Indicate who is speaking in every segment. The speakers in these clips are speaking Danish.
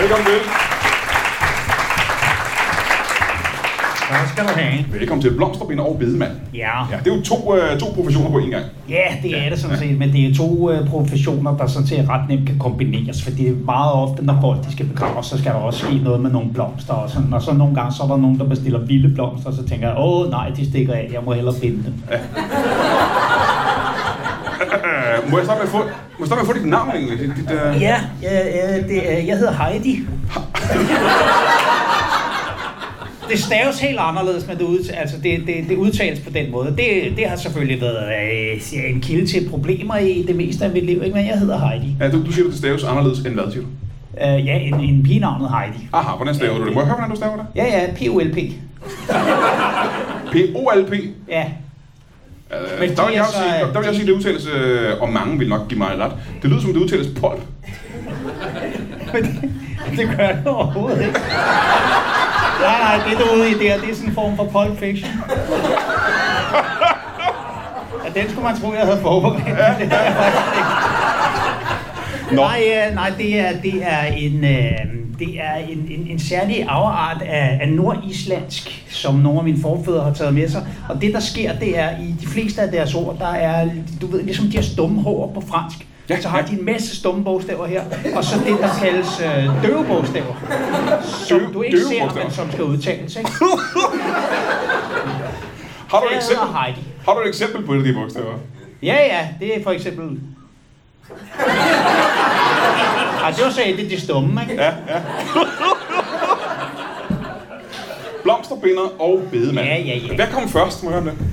Speaker 1: Velkommen til.
Speaker 2: Tak skal du have.
Speaker 1: Velkommen til Blomsterbinder og Bedemand.
Speaker 2: Ja.
Speaker 1: Ja, det er jo to, øh, to professioner på én gang.
Speaker 2: Ja, det er det sådan set, men det er to øh, professioner, der sådan set ret nemt kan kombineres, for det er meget ofte, når folk de skal begraves, så skal der også ske noget med nogle blomster og sådan, og så nogle gange, så er der nogen, der bestiller vilde blomster, og så tænker jeg, åh nej, de stikker af, jeg må hellere binde dem.
Speaker 1: Øh, må jeg starte med at få, må jeg starte med at få dit navn egentlig? Dit, dit, øh...
Speaker 2: Ja, øh, øh, det, øh, jeg hedder Heidi. Det staves helt anderledes, men det, ud, altså det, det, det udtales på den måde. Det, det har selvfølgelig været øh, en kilde til problemer i det meste af mit liv, ikke? men jeg hedder Heidi.
Speaker 1: Ja, du, du siger, at det staves anderledes end hvad, siger du?
Speaker 2: Uh, ja, en, en pige navnet Heidi.
Speaker 1: Aha, hvordan staver du det? Må jeg høre, hvordan du staver det?
Speaker 2: Ja, ja, P-O-L-P.
Speaker 1: P-O-L-P.
Speaker 2: Ja.
Speaker 1: Øh,
Speaker 2: Men
Speaker 1: der, vil
Speaker 2: det er
Speaker 1: jeg også
Speaker 2: så,
Speaker 1: sige, der,
Speaker 2: øh,
Speaker 1: der vil jeg sige, det udtales, øh, og mange vil nok give mig ret. Det lyder som, det udtales polp.
Speaker 2: Men det, det gør det overhovedet ikke. Nej, nej, det du er ude i der, det er sådan en form for Pulp Fiction. Ja, den skulle man tro, jeg havde forberedt. men det har jeg faktisk ikke.
Speaker 1: Nå.
Speaker 2: Nej, øh, nej, det er, det er en... Øh, det er en, en, en særlig afart af, af nordislandsk, som nogle af mine forfædre har taget med sig. Og det, der sker, det er, i de fleste af deres ord, der er, du ved, ligesom de har stumme hår på fransk.
Speaker 1: Ja,
Speaker 2: så har
Speaker 1: ja.
Speaker 2: de en masse stumme bogstaver her, og så det, der kaldes øh, døve bogstaver, som
Speaker 1: Døve-
Speaker 2: du ikke
Speaker 1: døve
Speaker 2: ser,
Speaker 1: bogstaver.
Speaker 2: men som skal udtales. Ikke?
Speaker 1: Har du et
Speaker 2: Jeg
Speaker 1: eksempel?
Speaker 2: hedder Heidi.
Speaker 1: Har du et eksempel på et af de bogstaver?
Speaker 2: Ja, ja, det er for eksempel... Ej, det var så Altså, det de stumme, ikke? Ja,
Speaker 1: Blomsterbinder og bedemand.
Speaker 2: Ja, ja, ja.
Speaker 1: Hvad kom først, må jeg høre om det?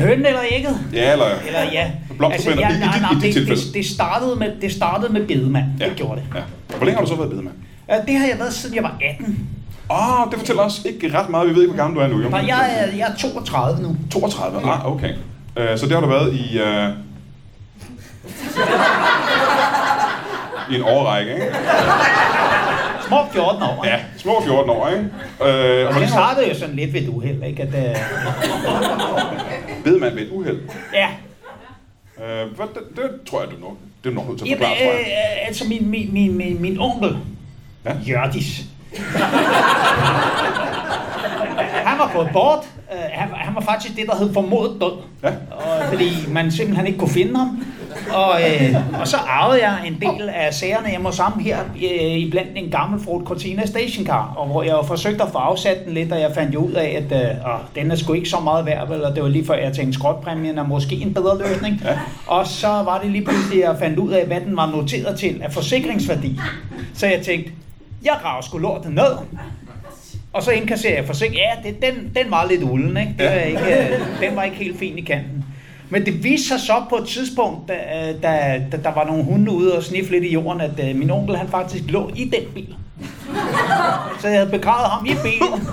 Speaker 2: ja høn eller ægget?
Speaker 1: Ja, eller...
Speaker 2: Eller ja.
Speaker 1: Blomsterbænder, i- i dit- i dit
Speaker 2: det,
Speaker 1: tilfælde.
Speaker 2: det, det, startede med, det startede med bedemand.
Speaker 1: Ja,
Speaker 2: Det gjorde det.
Speaker 1: Ja. Hvor længe har du så været bedemand?
Speaker 2: Ja, Det har jeg været, siden jeg var 18.
Speaker 1: Åh, oh, det fortæller os ikke ret meget. Vi ved ikke, hvor gammel du er nu, jo.
Speaker 2: Nej, jeg, er- jeg er 32 nu.
Speaker 1: 32? Ah, okay. Øh, så det har du været i... Øh... I en årrække, ikke?
Speaker 2: Små 14 år.
Speaker 1: Ja, små 14 år, ikke? Øh, og
Speaker 2: Og
Speaker 1: har
Speaker 2: det
Speaker 1: ligesom
Speaker 2: startede jo sådan lidt ved et uheld, ikke? At, øh,
Speaker 1: bedemand ved et uheld.
Speaker 2: ja,
Speaker 1: Øh, hvad, det, det, tror jeg, du nok, det er nok nødt til at
Speaker 2: Jamen,
Speaker 1: forklare, tror jeg.
Speaker 2: øh, altså min, min, min, min, min onkel,
Speaker 1: Ja.
Speaker 2: ja? Jørdis. han var gået bort. Øh, han, han var faktisk det, der hed formodet død.
Speaker 1: Ja.
Speaker 2: Og, fordi man simpelthen ikke kunne finde ham. Og, øh, og så arvede jeg en del af sagerne hjemme hos ham her, øh, iblandt en gammel Ford Cortina stationcar, og hvor jeg jo forsøgte at få afsat den lidt, og jeg fandt jo ud af, at øh, åh, den er sgu ikke så meget værd, vel, og det var lige før jeg tænkte, skrotpræmien er måske en bedre løsning. Ja. Og så var det lige pludselig, jeg fandt ud af, hvad den var noteret til af forsikringsværdi. Så jeg tænkte, jeg rager sgu lortet ned, og så indkasserer jeg forsøg. Ja, det, den, den var lidt ulden, ikke? Det var ikke øh, den var ikke helt fin i kanten. Men det viste sig så på et tidspunkt, da, øh, da, da der var nogle hunde ude og sniffe lidt i jorden, at øh, min onkel han faktisk lå i den bil. Så jeg havde begravet ham i bilen.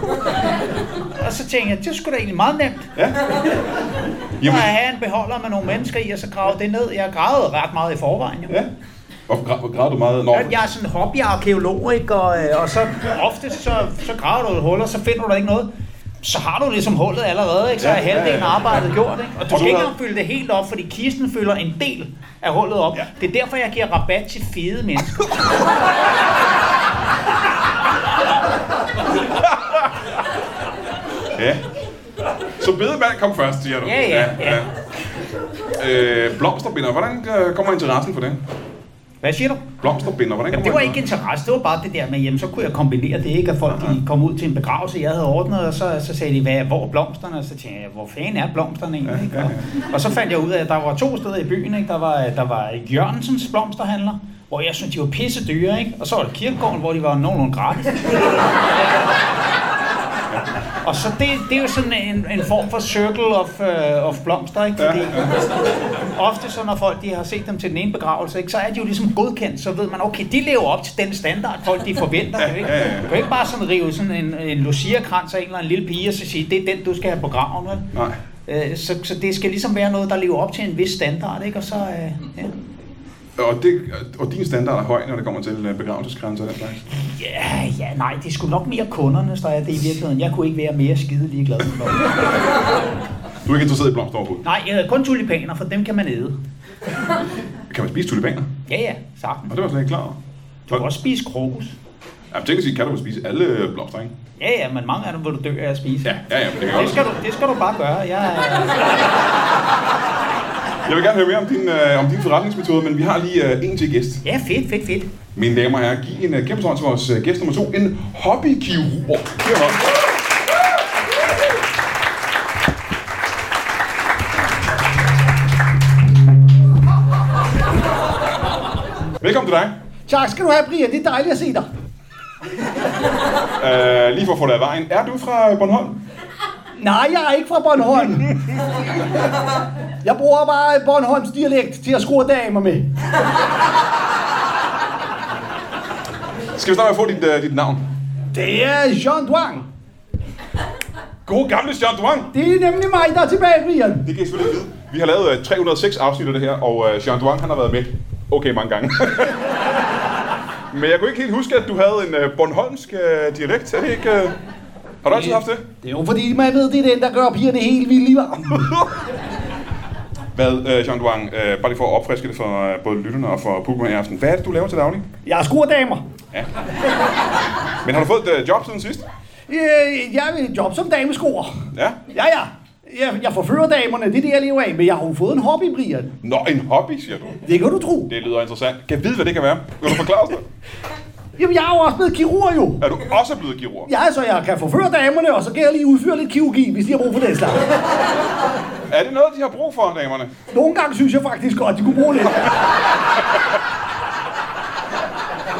Speaker 2: Og så tænkte jeg, det skulle da egentlig meget nemt.
Speaker 1: Ja.
Speaker 2: Jamen.
Speaker 1: Jamen,
Speaker 2: At have en beholder med nogle mennesker i, og så grave det ned. Jeg gravede ret meget i forvejen. Jo.
Speaker 1: ja. Hvor, gra- hvor græder du meget? Nå,
Speaker 2: At jeg er sådan en hobbyarkeolog, ikke? Og, øh, og så ofte så, så graver du et hul, og så finder du der ikke noget. Så har du ligesom hullet allerede, ikke? Så er
Speaker 1: Ja, ja, ja,
Speaker 2: halvdelen af
Speaker 1: ja.
Speaker 2: arbejdet gjort, ikke? Og
Speaker 1: Og du
Speaker 2: du skal ikke
Speaker 1: har-
Speaker 2: engang fylde det helt op, fordi kisten fylder en del af hullet op.
Speaker 1: Ja.
Speaker 2: Det er derfor, jeg giver rabat til fede mennesker.
Speaker 1: ja. Så bedemand kom først, siger du?
Speaker 2: Ja, ja, ja.
Speaker 1: Øh, blomsterbinder, hvordan øh, kommer interessen for det?
Speaker 2: Hvad siger du?
Speaker 1: Blomsterbinder, hvordan
Speaker 2: Jamen,
Speaker 1: kommer
Speaker 2: det var ikke interesse, det var bare det der med, jamen, så kunne jeg kombinere det, ikke? At folk de kom ud til en begravelse, jeg havde ordnet, og så, så sagde de, hvad, hvor er blomsterne? Og så tænkte jeg, hvor fanden er blomsterne egentlig? Ikke? Og, og, så fandt jeg ud af, at der var to steder i byen, ikke? Der var, der var Jørgensens blomsterhandler, hvor jeg synes, de var pisse dyre, ikke? Og så var der kirkegården, hvor de var nogenlunde gratis.
Speaker 3: Og så det, det er jo sådan en, en form for circle of, uh, of blomster, ikke? Fordi ofte så når folk de har set dem til den ene begravelse, ikke, så er de jo ligesom godkendt, så ved man, okay, de lever op til den standard, folk de forventer. Ikke? Du kan ikke bare sådan rive sådan en, en lucia-krans af en eller en lille pige og så sige, det er den, du skal have på graven, vel?
Speaker 1: Nej.
Speaker 3: Øh, Så, så det skal ligesom være noget, der lever op til en vis standard, ikke? Og så, øh, ja.
Speaker 1: Og, det, og din standard er høj, når det kommer til øh, begravelsesgrænser og den slags.
Speaker 3: Ja, ja, nej, det skulle nok mere kunderne, der er det i virkeligheden. Jeg kunne ikke være mere skide ligeglad. med noget.
Speaker 1: Du er ikke interesseret i blomster overhovedet.
Speaker 3: Nej, øh, kun tulipaner, for dem kan man æde.
Speaker 1: Kan man spise tulipaner?
Speaker 3: Ja, ja, sagtens.
Speaker 1: Og det var jeg slet ikke klar over.
Speaker 3: Du kan også spise krokus.
Speaker 1: Ja, men teknisk set kan du vel spise alle øh, blomster, ikke?
Speaker 3: Ja, ja, men mange af dem vil du dø af at spise.
Speaker 1: Ja, ja, ja, men det kan jeg
Speaker 3: Det skal
Speaker 1: godt.
Speaker 3: du, det skal du bare gøre. Jeg, er-
Speaker 1: Jeg vil gerne høre mere om din, øh, om din forretningsmetode, men vi har lige øh, en til gæst.
Speaker 3: ja, fedt, fedt, fedt.
Speaker 1: Mine damer og herrer, giv en øh, kæmpe hånd til vores øh, gæst nummer to, en hobbykirurg. Giv ham hånd. Velkommen til dig.
Speaker 3: Tak skal du have, Brian. Det er dejligt at se dig.
Speaker 1: Uh, lige for at få dig af vejen. Er du fra Bornholm?
Speaker 3: Nej, jeg er ikke fra Bornholm. Jeg bruger bare Bornholms dialekt til at skrue damer med.
Speaker 1: Skal vi starte med at få dit, uh, dit navn?
Speaker 3: Det er Jean Duang.
Speaker 1: God gamle John Duang.
Speaker 3: Det er nemlig mig, der er tilbage, Brian.
Speaker 1: Det kan I selvfølgelig ikke vide. Vi har lavet øh, 306 afsnit af det her, og øh, Jean Duang han har været med okay mange gange. Men jeg kunne ikke helt huske, at du havde en øh, Bornholmsk øh, dialekt. Er det ikke... øh, Har du altid haft det?
Speaker 3: Det er jo fordi, man ved, det er den, der gør pigerne helt vildt i varmen.
Speaker 1: Hvad, øh, Jean Duang, øh, bare lige for at opfriske det for øh, både lytterne og for publikum i aften. Hvad er det, du laver til daglig?
Speaker 3: Jeg er skurdamer.
Speaker 1: Men har du fået et øh, job siden sidst?
Speaker 3: Øh, Jeg er et job som dameskoer.
Speaker 1: Ja.
Speaker 3: Ja, ja. Jeg, jeg forfører damerne, det er det, jeg lever af. Men jeg har jo fået en hobby, Brian.
Speaker 1: Nå, en hobby, siger du.
Speaker 3: Det kan du tro.
Speaker 1: Det lyder interessant. Kan jeg vide, hvad det kan være? Kan du forklare os det?
Speaker 3: Jamen, jeg er jo også blevet kirurg, jo.
Speaker 1: Er du også blevet kirurg?
Speaker 3: Ja, så jeg kan forføre damerne, og så kan jeg lige udføre lidt kirurgi, hvis de har brug for den slags.
Speaker 1: Er det noget, de har brug for, damerne?
Speaker 3: Nogle gange synes jeg faktisk godt, de kunne bruge lidt.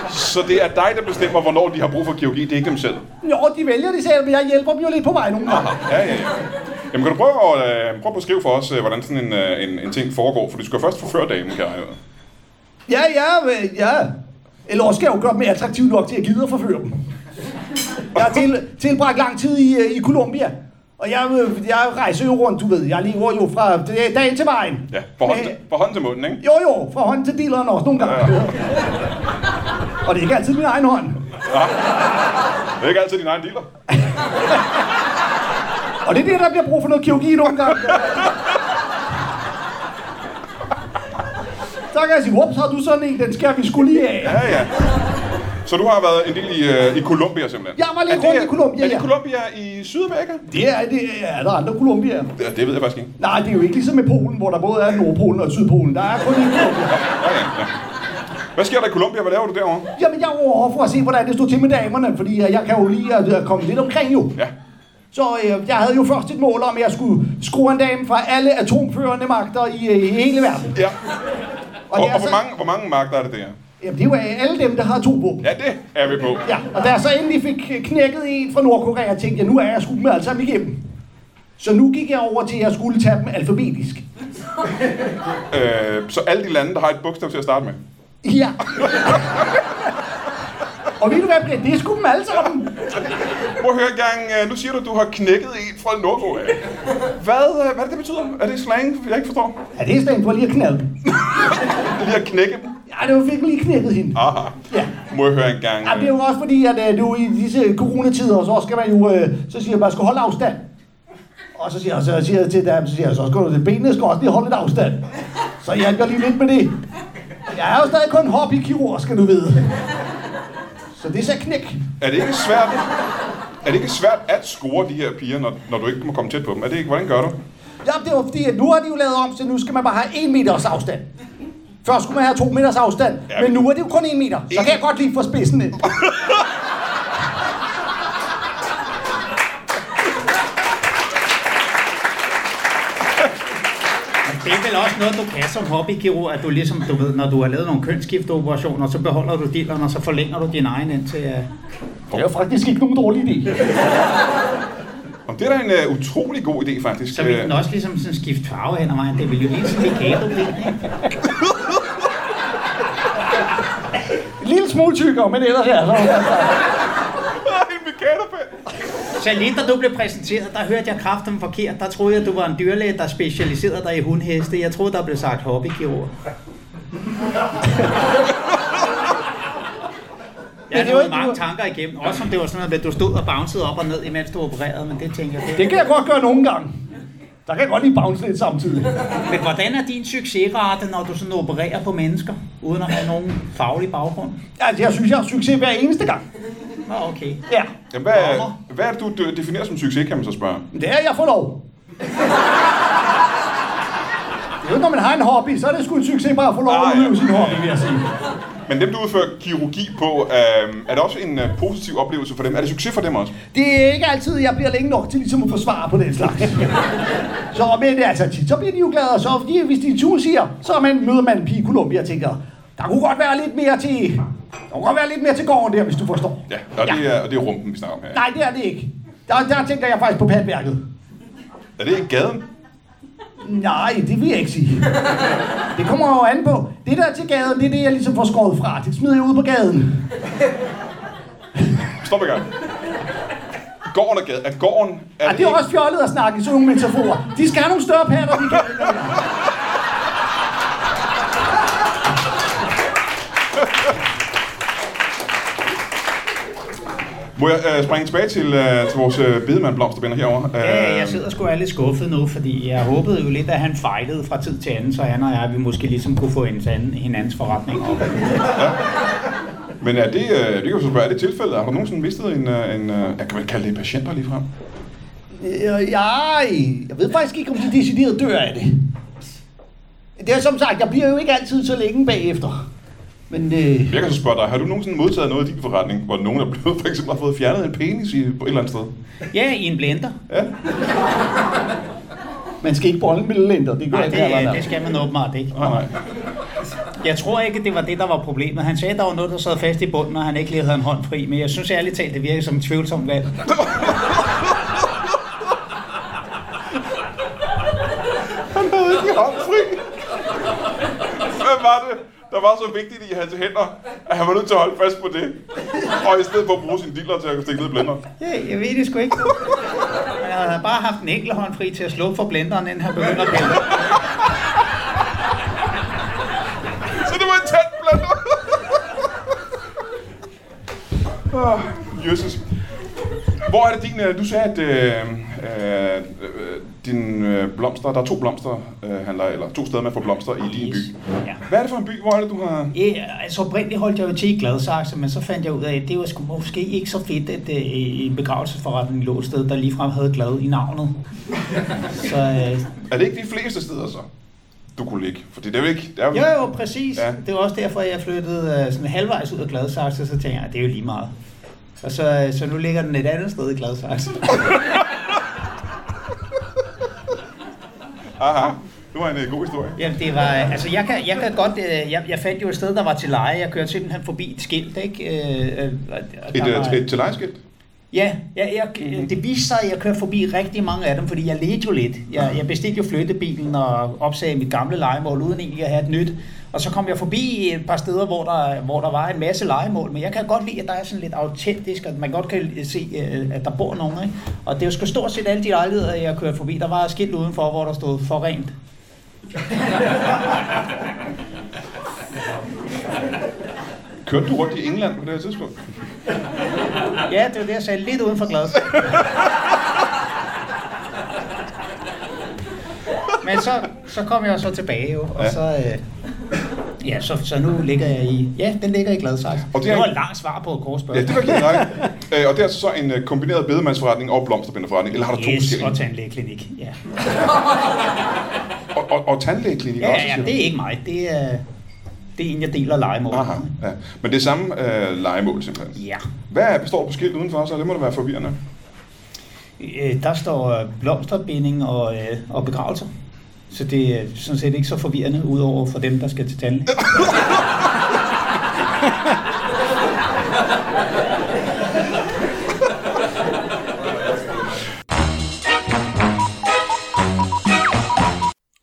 Speaker 1: Så det er dig, der bestemmer, hvornår de har brug for kirurgi. Det er ikke dem selv.
Speaker 3: Jo, de vælger det selv, men jeg hjælper dem jo lidt på vej nogle gange.
Speaker 1: Ja, ja, ja. Jamen, kan du prøve at, øh, prøve at beskrive for os, øh, hvordan sådan en, øh, en, en ting foregår? For du skal jo først forføre damen, kan jeg regne ud.
Speaker 3: Ja, ja, øh, ja. Eller også skal jeg jo gøre dem attraktive nok til at gide at forføre dem. Jeg har til, tilbragt lang tid i, øh, i Colombia. Og jeg, øh, jeg rejser jo rundt, du ved. Jeg lever jo fra øh, dag til vejen.
Speaker 1: Ja, fra hånd,
Speaker 3: Med-
Speaker 1: til, fra hånd til munden, ikke?
Speaker 3: Jo, jo, fra hånd til dealeren også nogle gange. Ja. Og det er ikke altid min egen hånd.
Speaker 1: Det er ikke altid din egen dealer.
Speaker 3: Og det er det, der bliver brug for noget kirurgi nogle gange. Så kan jeg sige, ups, har du sådan en, den skal vi skulle lige af.
Speaker 1: Ja, ja. Så du har været en del i, øh, i Colombia, simpelthen?
Speaker 3: Jeg var lidt
Speaker 1: Er det-
Speaker 3: rundt i Colombia,
Speaker 1: Er det
Speaker 3: ja.
Speaker 1: Colombia i Sydamerika?
Speaker 3: Det er, det er der andre Colombia.
Speaker 1: Ja, det ved jeg faktisk ikke.
Speaker 3: Nej, det er jo ikke ligesom med Polen, hvor der både er Nordpolen og Sydpolen. Der er kun en Colombia.
Speaker 1: Ja, ja, ja. Hvad sker der i Colombia? Hvad laver du derovre?
Speaker 3: Jamen, jeg var over for at se, hvordan det stod til med damerne, fordi øh, jeg kan jo lige at øh, komme lidt omkring jo.
Speaker 1: Ja.
Speaker 3: Så øh, jeg havde jo først et mål om, at jeg skulle skrue en dame fra alle atomførende magter i, øh, i hele verden.
Speaker 1: Ja. Og,
Speaker 3: det er
Speaker 1: og hvor,
Speaker 3: så-
Speaker 1: mange, hvor mange magter er det der?
Speaker 3: Jamen, det er jo øh, alle dem, der har atomvåben.
Speaker 1: Ja, det er vi på.
Speaker 3: Ja, og da jeg så endelig fik øh, knækket en fra Nordkorea, tænkte jeg, nu er jeg sgu med alle sammen igennem. Så nu gik jeg over til, at jeg skulle tage dem alfabetisk.
Speaker 1: Øh, så alle de lande, der har et bogstav til at starte med.
Speaker 3: Ja. og ved du hvad, Brian? det er sgu dem alle sammen.
Speaker 1: Prøv at høre engang, øh, nu siger du, at du har knækket en fra Nordkorea. Hvad, øh, hvad er det, det betyder? Er det slang, jeg ikke forstår?
Speaker 3: Ja, det er sådan, du har lige at knalde dem.
Speaker 1: Lige at knække dem?
Speaker 3: Ja, det var fik lige knækket hende.
Speaker 1: Aha.
Speaker 3: Ja.
Speaker 1: Må jeg høre engang?
Speaker 3: Ja, det er jo også fordi, at øh, nu i disse coronatider, så skal man jo, øh, så siger jeg, man skal holde afstand. Og så siger jeg, så siger jeg til dem, så siger jeg, så skal du til benene, skal også lige holde lidt afstand. Så jeg hjælper lige lidt med det. Jeg er jo stadig kun hobbykirurg, skal du vide. Så det er så knæk.
Speaker 1: øh, Er det ikke svært? Er det ikke svært at score de her piger, når, når du ikke må komme tæt på dem? Er det ikke, hvordan gør du?
Speaker 3: Ja, det var fordi, at nu har de jo lavet om, så nu skal man bare have en meters afstand. Først skulle man have to meters afstand,
Speaker 1: Ja,
Speaker 3: men
Speaker 1: men-
Speaker 3: nu er det jo kun en meter. Så kan jeg godt lige få spidsen ind.
Speaker 2: Det er vel også noget, du kan som hobbykirurg, at du ligesom, du ved, når du har lavet nogle kønsskifteoperationer, så beholder du dealerne, og så øh, forlænger du din egen indtil... Uh...
Speaker 3: Det er jo faktisk ikke nogen dårlig idé.
Speaker 1: Om det er da en uh, utrolig god idé, faktisk.
Speaker 2: Så vil
Speaker 1: Øh,
Speaker 2: den også ligesom sådan skifte farve hen ad vejen. Det vil jo lige sådan Mikado ikke?
Speaker 3: En lille smule tykkere, men ellers ja. Så...
Speaker 1: Ej, Mikado-pind.
Speaker 2: Så lige da du blev præsenteret, der hørte jeg kraften forkert. Der troede jeg, du var en dyrlæge, der specialiserede dig i hundheste. Jeg troede, der blev sagt hobbykirurg. Jeg har
Speaker 3: det var
Speaker 2: nået
Speaker 3: ikke-
Speaker 2: mange tanker igennem. Også om det var sådan noget med, at du stod og bouncede op og ned, imens du opererede. Men det tænker jeg,
Speaker 3: Det kan jeg godt gøre nogle gange. Der kan jeg godt lige bounce lidt samtidig.
Speaker 2: Men hvordan er din succesrate, når du sådan opererer på mennesker, uden at have nogen faglig baggrund?
Speaker 3: Altså, jeg synes, jeg har succes hver eneste gang.
Speaker 2: Nå, okay.
Speaker 3: Ja,
Speaker 1: Jamen, hvad,
Speaker 3: Dommer.
Speaker 1: hvad er det, du d- definerer som succes, kan man så spørge?
Speaker 3: men det er jeg for lov. Det er jo, når man har en hobby, så er det sgu en succes bare at få lov
Speaker 1: Ah,
Speaker 3: at
Speaker 1: ja.
Speaker 3: udøve sin hobby, vil jeg sige.
Speaker 1: Men dem, du udfører kirurgi på, øh, er det også en øh, positiv oplevelse for dem? Er det succes for dem også?
Speaker 3: Det er ikke altid, jeg bliver længe nok til ligesom at forsvare på den slags. Så, men altså, tit, så bliver de jo glade, og så fordi, hvis de tur siger, så er man, møder man en pige i Columbia og tænker, der kunne godt være lidt mere til, der kunne godt være lidt mere til gården der, hvis du forstår.
Speaker 1: Ja, og, Det, er, og det er rumpen, vi snakker om her.
Speaker 3: Nej, det er det ikke. Der, der tænker jeg faktisk på patværket.
Speaker 1: Er det ikke gaden?
Speaker 3: Nej, det vil jeg ikke sige. Det kommer jo an på. Det der til gaden, det er det, jeg ligesom får skåret fra. Det smider jeg ud på gaden.
Speaker 1: Stop i gang. Gården og gaden. Er gården... Er
Speaker 3: Ej, det er også fjollet at snakke i sådan nogle metaforer. De skal have nogle større patter, de kan.
Speaker 1: Må jeg øh, springe tilbage til, øh, til vores øh, bedemand Blomsterbinder herovre? Øh,
Speaker 2: Ja, jeg sidder sgu er lidt skuffet nu, fordi jeg håbede jo lidt, at han fejlede fra tid til anden, så han og jeg, vi måske ligesom kunne få hinanden- hinandens forretning op.
Speaker 1: Men er det, øh, det kan jeg så spørge, er det tilfældet? Har du nogensinde mistet en... øh, en øh, ja, kan man kalde det patienter ligefrem?
Speaker 3: Øh, ej, jeg ved faktisk ikke, om de decideret dør af det. Det er som sagt, jeg bliver jo ikke altid så længe bagefter. Men øh,
Speaker 1: Jeg kan så spørge dig, har du nogensinde modtaget noget i din forretning, hvor nogen er blevet, for eksempel har fået fjernet en penis i, på et eller andet sted?
Speaker 2: Ja, i en blender.
Speaker 3: man skal ikke bolle med lænder, det gør
Speaker 2: Nej,
Speaker 3: jeg ikke
Speaker 2: det,
Speaker 3: heller.
Speaker 2: det skal man åbenbart ikke.
Speaker 1: Nej, nej.
Speaker 2: Jeg tror ikke, det var det, der var problemet. Han sagde, der var noget, der sad fast i bunden, og han ikke lige havde en hånd fri, men jeg synes ærligt talt, det virker som et tvivlsomt valg.
Speaker 1: Han havde ikke håndfri. Hvad var det, der var så vigtigt i hans hænder, at han var nødt til at holde fast på det? Og i stedet for at bruge sin diller til at stikke ned i blender.
Speaker 2: Ja, jeg ved det sgu ikke. Men jeg havde bare haft en enkelt hånd fri til at slukke for blenderen, inden han begyndte at pille.
Speaker 1: Så det var en tæt blender. oh, Jesus. Hvor er det din... øh, Du sagde, at øh, øh, øh, din øh, blomster... Der er to blomster, øh, handler, eller to steder, man får blomster i din by.
Speaker 2: Ja.
Speaker 1: Hvad er det for en by? Hvor er det, du har...
Speaker 2: Ja, altså oprindeligt holdt jeg jo til i Gladsaxe, men så fandt jeg ud af, at det var sgu måske ikke så fedt, at øh, en begravelsesforretning lå et sted, der ligefrem havde glad i navnet. Så øh,
Speaker 1: Er det ikke de fleste steder, så? Du kunne ligge. For det er jo ikke... Det er
Speaker 2: jo, jo, præcis.
Speaker 1: Ja.
Speaker 2: Ja. Det var også derfor, jeg flyttede øh, sådan halvvejs ud af Gladsaxe, så tænkte jeg, at det er jo lige meget. Og så, øh, så nu ligger den et andet sted i Gladsaxe.
Speaker 1: Aha, det var en øh, god historie.
Speaker 2: Jamen, det var, altså jeg kan, jeg kan godt, øh, jeg, jeg fandt jo et sted, der var til leje. Jeg kørte simpelthen forbi et skilt, ikke? Øh, øh, og- og
Speaker 1: Et,
Speaker 2: der var-
Speaker 1: øh, et tilejskilt?
Speaker 2: Ja, jeg, jeg, det viste sig, at jeg kørte forbi rigtig mange af dem, fordi jeg ledte jo lidt. Jeg, jeg bestilte jo flyttebilen og opsagde mit gamle legemål, uden egentlig at have et nyt. Og så kom jeg forbi et par steder, hvor der, hvor der var en masse legemål, men jeg kan godt lide, at der er sådan lidt autentisk, at man godt kan se, øh, at der bor nogen. Ikke? Og det er jo sgu stort set alle de lejligheder, jeg kørte forbi. Der var et skilt udenfor, hvor der stod for rent.
Speaker 1: Kørte du rundt i England på det her tidspunkt?
Speaker 2: Ja, det var det, jeg sagde, lidt uden for glas. Men så, så kom jeg jo så tilbage jo, og
Speaker 1: Ja.
Speaker 2: ja. så... Øh, ja, så, så nu ligger jeg i... Ja, den ligger i Gladsaxe.
Speaker 1: Og
Speaker 2: Og
Speaker 1: det er-
Speaker 2: det, var et langt svar på et kort
Speaker 1: Ja,
Speaker 2: spørgsmål.
Speaker 1: det var lidt nej. Øh, og det er altså så en øh, kombineret bedemandsforretning og blomsterbinderforretning, eller har du to
Speaker 2: Yes, og
Speaker 1: forskellige?
Speaker 2: tandlægeklinik. Ja.
Speaker 1: Og, og, og tandlægeklinik
Speaker 2: Ja,
Speaker 1: også,
Speaker 2: ja,
Speaker 1: siger
Speaker 2: ja,
Speaker 1: du?
Speaker 2: det er ikke mig. Det er, det er en, jeg deler legemål.
Speaker 1: Aha, ja. Men det er samme øh, legemål simpelthen.
Speaker 2: Ja.
Speaker 1: Hvad består der på skilt udenfor, så det må da være forvirrende.
Speaker 2: Øh, der står øh, blomsterbinding og, øh, og begravelser. Så det er sådan set ikke så forvirrende, udover for dem, der skal til tandlæge.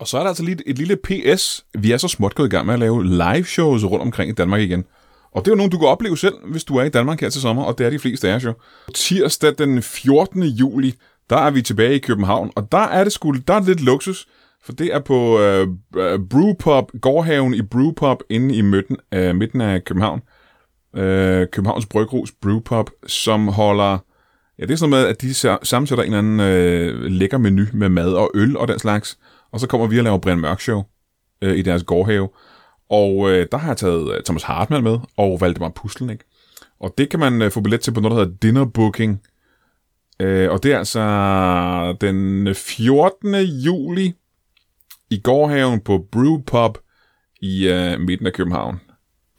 Speaker 4: så er der altså lige et, et lille PS. Vi er så småt gået i gang med at lave live shows rundt omkring i Danmark igen. Og det er jo nogen, du kan opleve selv, hvis du er i Danmark her til sommer, og det er de fleste af os jo. Tirsdag den 14. juli, der er vi tilbage i København, og der er det sgu, der er det lidt luksus, for det er på øh, øh, Brewpub, gårdhaven i Brewpub, inde i midten, øh, midten af København. Øh, Københavns Brygrus Brewpub, som holder... Ja, det er sådan noget med, at de sa- sammensætter en eller anden øh, lækker menu med mad og øl og den slags. Og så kommer vi og laver Brian Mørk Show øh, i deres gårdhave. Og øh, der har jeg taget øh, Thomas Hartmann med og Valdemar Puslen, ikke? Og det kan man øh, få billet til på noget, der hedder Dinner Booking. Øh, og det er altså den 14. juli i gårdhaven på Brewpub i øh, midten af København.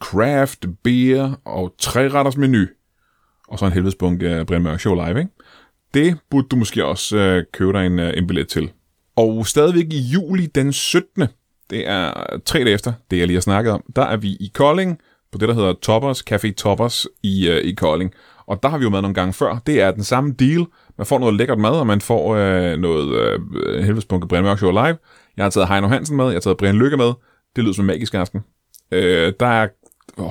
Speaker 4: Craft, beer og træretters menu og så en helvedes bunke af Brian Mørk Show live, ikke? Det burde du måske også øh, købe dig en, øh, en billet til. Og stadigvæk i juli den 17. Det er tre dage efter det, jeg lige har snakket om. Der er vi i Kolding på det, der hedder Toppers, Café Toppers i, øh, i Kolding. Og der har vi jo med nogle gange før. Det er den samme deal. Man får noget lækkert mad, og man får øh, noget øh, helvedes bunke Brian Mørk Show live. Jeg har taget Heino Hansen med, jeg har taget Brian Lykke med. Det lyder som en magisk aften. Øh, der er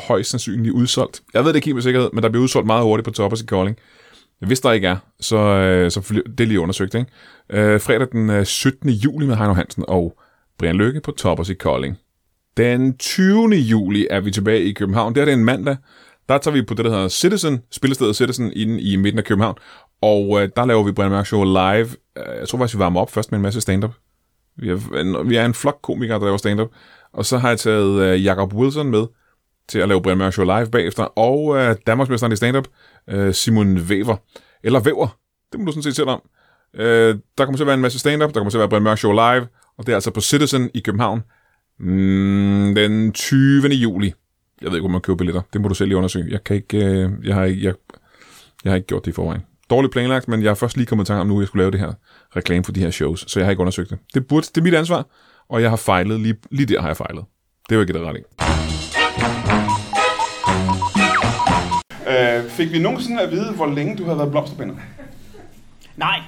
Speaker 4: højst sandsynligt udsolgt. Jeg ved det ikke helt med sikkerhed, men der bliver udsolgt meget hurtigt på Toppers i Kolding. Hvis der ikke er, så, øh, så fly- det er lige undersøgt. Ikke? Øh, fredag den øh, 17. juli med Heino Hansen og Brian Løkke på Toppers i Kolding. Den 20. juli er vi tilbage i København. Det her det er en mandag. Der tager vi på det, der hedder Citizen, spillestedet Citizen, inde i midten af København. Og øh, der laver vi Brian Mørk Show live. Øh, Jeg tror faktisk, vi varmer op først med en masse stand-up. Vi er en, vi er en flok komikere, der laver stand-up. Og så har jeg taget øh, Jacob Wilson med, til at lave Brian Mørk Show live bagefter, og øh, Danmarksmesteren i stand-up, øh, Simon Wever. Eller Wever, det må du sådan set selv om. Øh, der kommer til at være en masse stand-up, der kommer til at være Brian Mørk Show live, og det er altså på Citizen i København mm, den 20. juli. Jeg ved ikke, hvor man køber billetter. Det må du selv lige undersøge. Jeg kan ikke, øh, jeg har ikke, jeg, jeg har ikke gjort det i forvejen. Dårligt planlagt, men jeg har først lige kommet i tanke om nu, at jeg skulle lave det her reklame for de her shows, så jeg har ikke undersøgt det. Det, burde, det er mit ansvar, og jeg har fejlet. Lige, lige der har jeg fejlet. Det var ikke det ret i.
Speaker 1: Øh, fik vi nogensinde at vide, hvor længe du havde været blomsterbinder?
Speaker 2: Nej,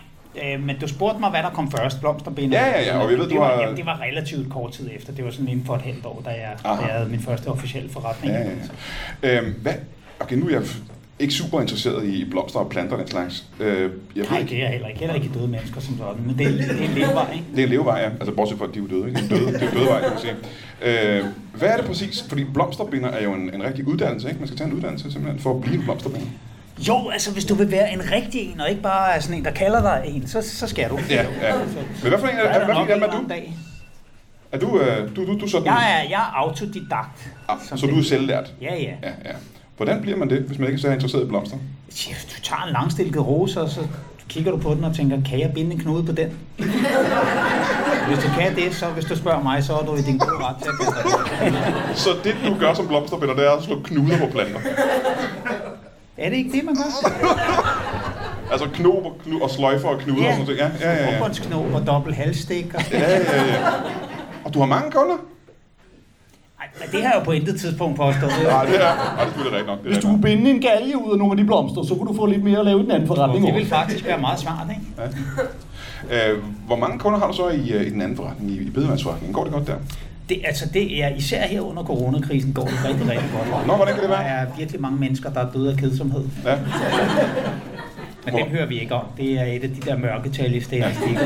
Speaker 2: øh, men du spurgte mig, hvad der kom først, blomsterbinder.
Speaker 1: Ja, ja, ja, og vi ved,
Speaker 2: det
Speaker 1: du
Speaker 2: var,
Speaker 1: har-
Speaker 2: jamen, det var relativt kort tid efter. Det var sådan inden for et halvt år, da jeg, da jeg havde min første officielle forretning.
Speaker 1: Ja, ja, ja. Øh, hvad? Okay, nu er jeg ikke super interesseret i blomster og planter og den slags. Øh, jeg ved
Speaker 2: Nej,
Speaker 1: ikke.
Speaker 2: det er jeg heller ikke. Heller ikke i døde mennesker som sådan, men det, det er en levevej, ikke?
Speaker 1: Det er en levevej, ja. Altså, bortset fra, at de er jo døde, ikke? Det er jo døde, det er jo dødevej, kan man sige. Øh, hvad er det præcis? Fordi blomsterbinder er jo en, en rigtig uddannelse, ikke? Man skal tage en uddannelse simpelthen for at blive en blomsterbinder.
Speaker 2: Jo, altså hvis du vil være en rigtig en, og ikke bare er sådan en, der kalder dig en, så, så skal du.
Speaker 1: Ja, ja. Men hvad for en,
Speaker 2: Der
Speaker 1: er,
Speaker 2: er
Speaker 1: er,
Speaker 2: der
Speaker 1: hvad for
Speaker 2: nok
Speaker 1: en af dem
Speaker 2: en
Speaker 1: er
Speaker 2: eller anden
Speaker 1: du?
Speaker 2: dag.
Speaker 1: Er du, øh, du, du, du er sådan...
Speaker 2: Jeg er, jeg er autodidakt.
Speaker 1: Ah,
Speaker 2: som det
Speaker 1: så du er
Speaker 2: hedder.
Speaker 1: selvlært?
Speaker 2: Ja, ja.
Speaker 1: Ja, ja. Hvordan bliver man det, hvis man ikke er så interesseret i blomster?
Speaker 2: Tja, Du tager en langstilket rose, og så kigger du på den og tænker, kan jeg binde en knude på den? hvis du kan det, så hvis du spørger mig, så er du i din gode ret til at gøre det.
Speaker 1: Så det, du gør som blomsterbinder, det er at slå knuder på planter.
Speaker 2: Er det ikke det, man gør?
Speaker 1: Altså knob og, knu, og sløjfer og knuder og sådan noget. Ja, ja, ja. ja.
Speaker 2: Forbundsknop og dobbelt halsstik. Og...
Speaker 1: Ja, ja, ja. Og du har mange kunder?
Speaker 2: Ej, men det har jeg jo på intet tidspunkt påstået.
Speaker 1: Nej, det er, ah, det er selvfølgelig rigtigt nok. Det er
Speaker 3: Hvis du
Speaker 1: rigtigt
Speaker 3: kunne binde en galge ud af nogle af de blomster, så kunne du få lidt mere at lave i den anden forretning.
Speaker 2: Det
Speaker 3: over.
Speaker 2: vil faktisk være meget smart, ikke?
Speaker 1: nok. Øh, hvor mange kunder har du så i, øh, i den anden forretning, i, i bedemandsforretningen? Går det godt der?
Speaker 2: Det, altså det er, især her under coronakrisen går det rigtig, rigtig godt.
Speaker 1: Nå, hvordan kan det
Speaker 2: Der
Speaker 1: være?
Speaker 2: er virkelig mange mennesker, der er døde af kedsomhed.
Speaker 1: Ja.
Speaker 2: Men
Speaker 1: Hvor-
Speaker 2: den hører vi ikke om. Det er et af de der mørketal i statistikken.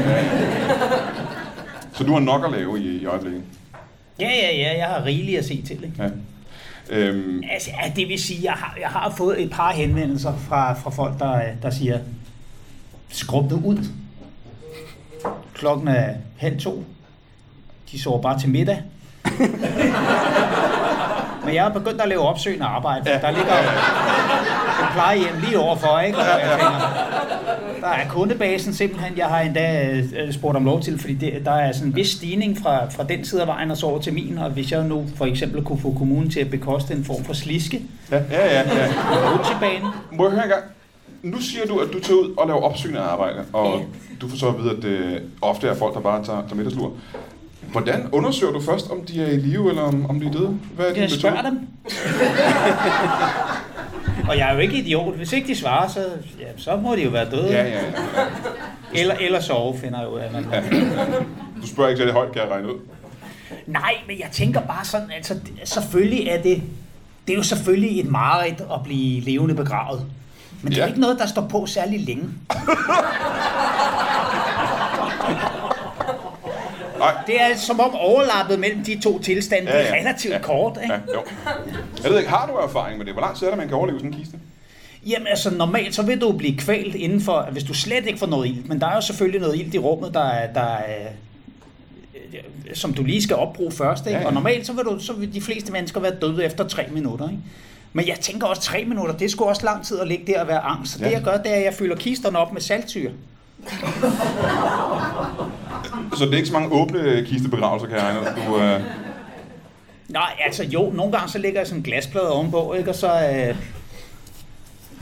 Speaker 1: Så du har nok at lave i, i øjeblikket?
Speaker 2: Ja, ja, ja. Jeg har rigeligt at se til, ikke?
Speaker 1: Ja. Øhm,
Speaker 2: Altså, ja, det vil sige, jeg har, jeg har fået et par henvendelser fra, fra folk, der, øh, der siger, skrub det ud. Klokken er halv to. De sover bare til middag. Men jeg er begyndt at lave opsøgende arbejde. Der ligger et plejehjem lige overfor, ikke? Og jeg tænker, der er kundebasen simpelthen. Jeg har endda øh, øh, spurgt om lov til, fordi det, der er sådan en vis stigning fra, fra den side af vejen og så over til min. Og hvis jeg nu for eksempel kunne få kommunen til at bekoste en form for sliske
Speaker 1: ja, ja, ja, ja.
Speaker 2: og rutsjebane,
Speaker 1: Må jeg høre en gang? Nu siger du, at du tager ud og laver opsøgende arbejde, og du får så at vide, at det ofte er folk, der bare tager, tager middagslur. Hvordan undersøger du først, om de er i live, eller om, om de er døde? Hvad er din
Speaker 2: Jeg
Speaker 1: metode?
Speaker 2: spørger dem. og jeg er jo ikke idiot. Hvis ikke de svarer, så, ja, så må de jo være døde.
Speaker 1: Ja, ja, ja.
Speaker 2: Eller, eller sove, finder jeg ud af. Men,
Speaker 1: Du spørger ikke særlig højt, kan jeg regne ud.
Speaker 2: Nej, men jeg tænker bare sådan, altså det- selvfølgelig er det, det er jo selvfølgelig et mareridt at blive levende begravet. Men det er
Speaker 1: Ja.
Speaker 2: jo ikke noget, der står på særlig længe.
Speaker 1: Nej.
Speaker 2: Det er altså som om overlappet mellem de to tilstande, ja,
Speaker 1: Ja, ja.
Speaker 2: ja. det er relativt ja. kort, ikke?
Speaker 1: Ja, jo. Jeg ved ikke, har du erfaring med det? Hvor lang tid er det, man kan overleve sådan en kiste?
Speaker 2: Jamen altså normalt, så vil du blive kvalt inden for, hvis du slet ikke får noget ilt. Men der er jo selvfølgelig noget ilt i rummet, der, er- der er- øh, som du lige skal opbruge først. Ikke? Ja,
Speaker 1: Ja, ja.
Speaker 2: ja. Og normalt, så vil, du, så vil de fleste mennesker være døde efter tre minutter. Ikke? Men jeg tænker også, tre minutter, det skulle også lang tid at ligge der og være angst. Så ja.
Speaker 1: Ja.
Speaker 2: det jeg gør, det er, at jeg fylder kisterne op med saltsyre.
Speaker 1: Så det er ikke så mange åbne øh, kistebegravelser, kan jeg regne ud. Du, øh...
Speaker 2: Nej, altså jo, nogle gange så ligger jeg sådan en glasplade ovenpå, ikke? og så, øh,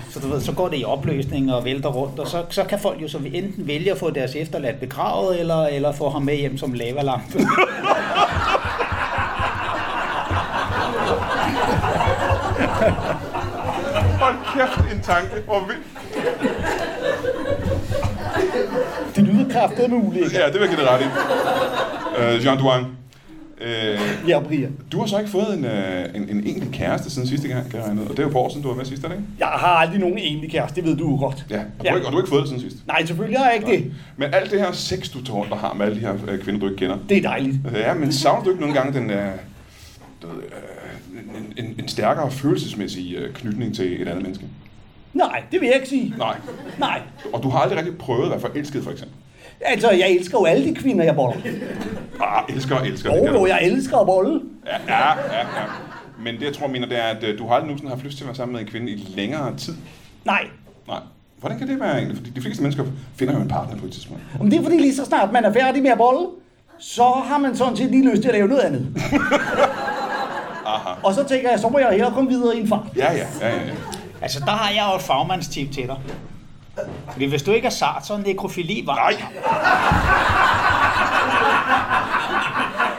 Speaker 2: så, du ved, så går det i opløsning og vælter rundt, og så, så kan folk jo så enten vælge at få deres efterladt begravet, eller, eller få ham med hjem som lavalampe.
Speaker 1: Hold kæft, en tanke. Hvor vildt.
Speaker 3: Det lyder kraftigt med ulækkert.
Speaker 1: Ja, det vil jeg give dig ret i. Øh, Jean Duan. Øh,
Speaker 3: Ja, Brian.
Speaker 1: du har så ikke fået en, øh, en, en egentlig kæreste siden sidste gang, kan jeg regne ud. Og det er jo på år siden, du var med sidst, er det ikke?
Speaker 3: Jeg har aldrig nogen egentlig kæreste, det ved du jo godt.
Speaker 1: Ja. Og du, har ikke, og du har ikke fået det siden sidst.
Speaker 3: Nej, selvfølgelig har jeg ikke det.
Speaker 1: Men alt det her sex, du tårn, der har med alle de her øh, kvinder, du ikke kender.
Speaker 3: Det er dejligt.
Speaker 1: Ja, men savner du ikke nogle gange den, øh, du ved, øh, en, en, en stærkere følelsesmæssig øh, knytning til et andet menneske?
Speaker 3: Nej, det vil jeg ikke sige.
Speaker 1: Nej.
Speaker 3: Nej.
Speaker 1: Og du har aldrig rigtig prøvet at være forelsket, for eksempel.
Speaker 3: Altså, jeg elsker jo alle de kvinder, jeg boller.
Speaker 1: Ah, elsker og elsker. det
Speaker 3: Jo,
Speaker 1: kan
Speaker 3: jo,
Speaker 1: du.
Speaker 3: jeg elsker at bolle.
Speaker 1: Ja, ja, ja, ja. Men det, jeg tror, jeg mener, det er, at øh, du har aldrig nogensinde haft lyst til at være sammen med en kvinde i længere tid.
Speaker 3: Nej.
Speaker 1: Nej. Hvordan kan det være egentlig? Fordi de fleste mennesker finder jo en partner på et tidspunkt.
Speaker 3: Men det er fordi lige så snart man er færdig med at bolle, så har man sådan set lige lyst til at lave noget andet. Aha. Og så tænker jeg, så må jeg hellere komme videre i en fart.
Speaker 1: Ja, ja, ja, ja. ja.
Speaker 2: altså, der har jeg jo et fagmandstip til dig. Fordi hvis du ikke er sart, så er nekrofili var.
Speaker 1: Nej,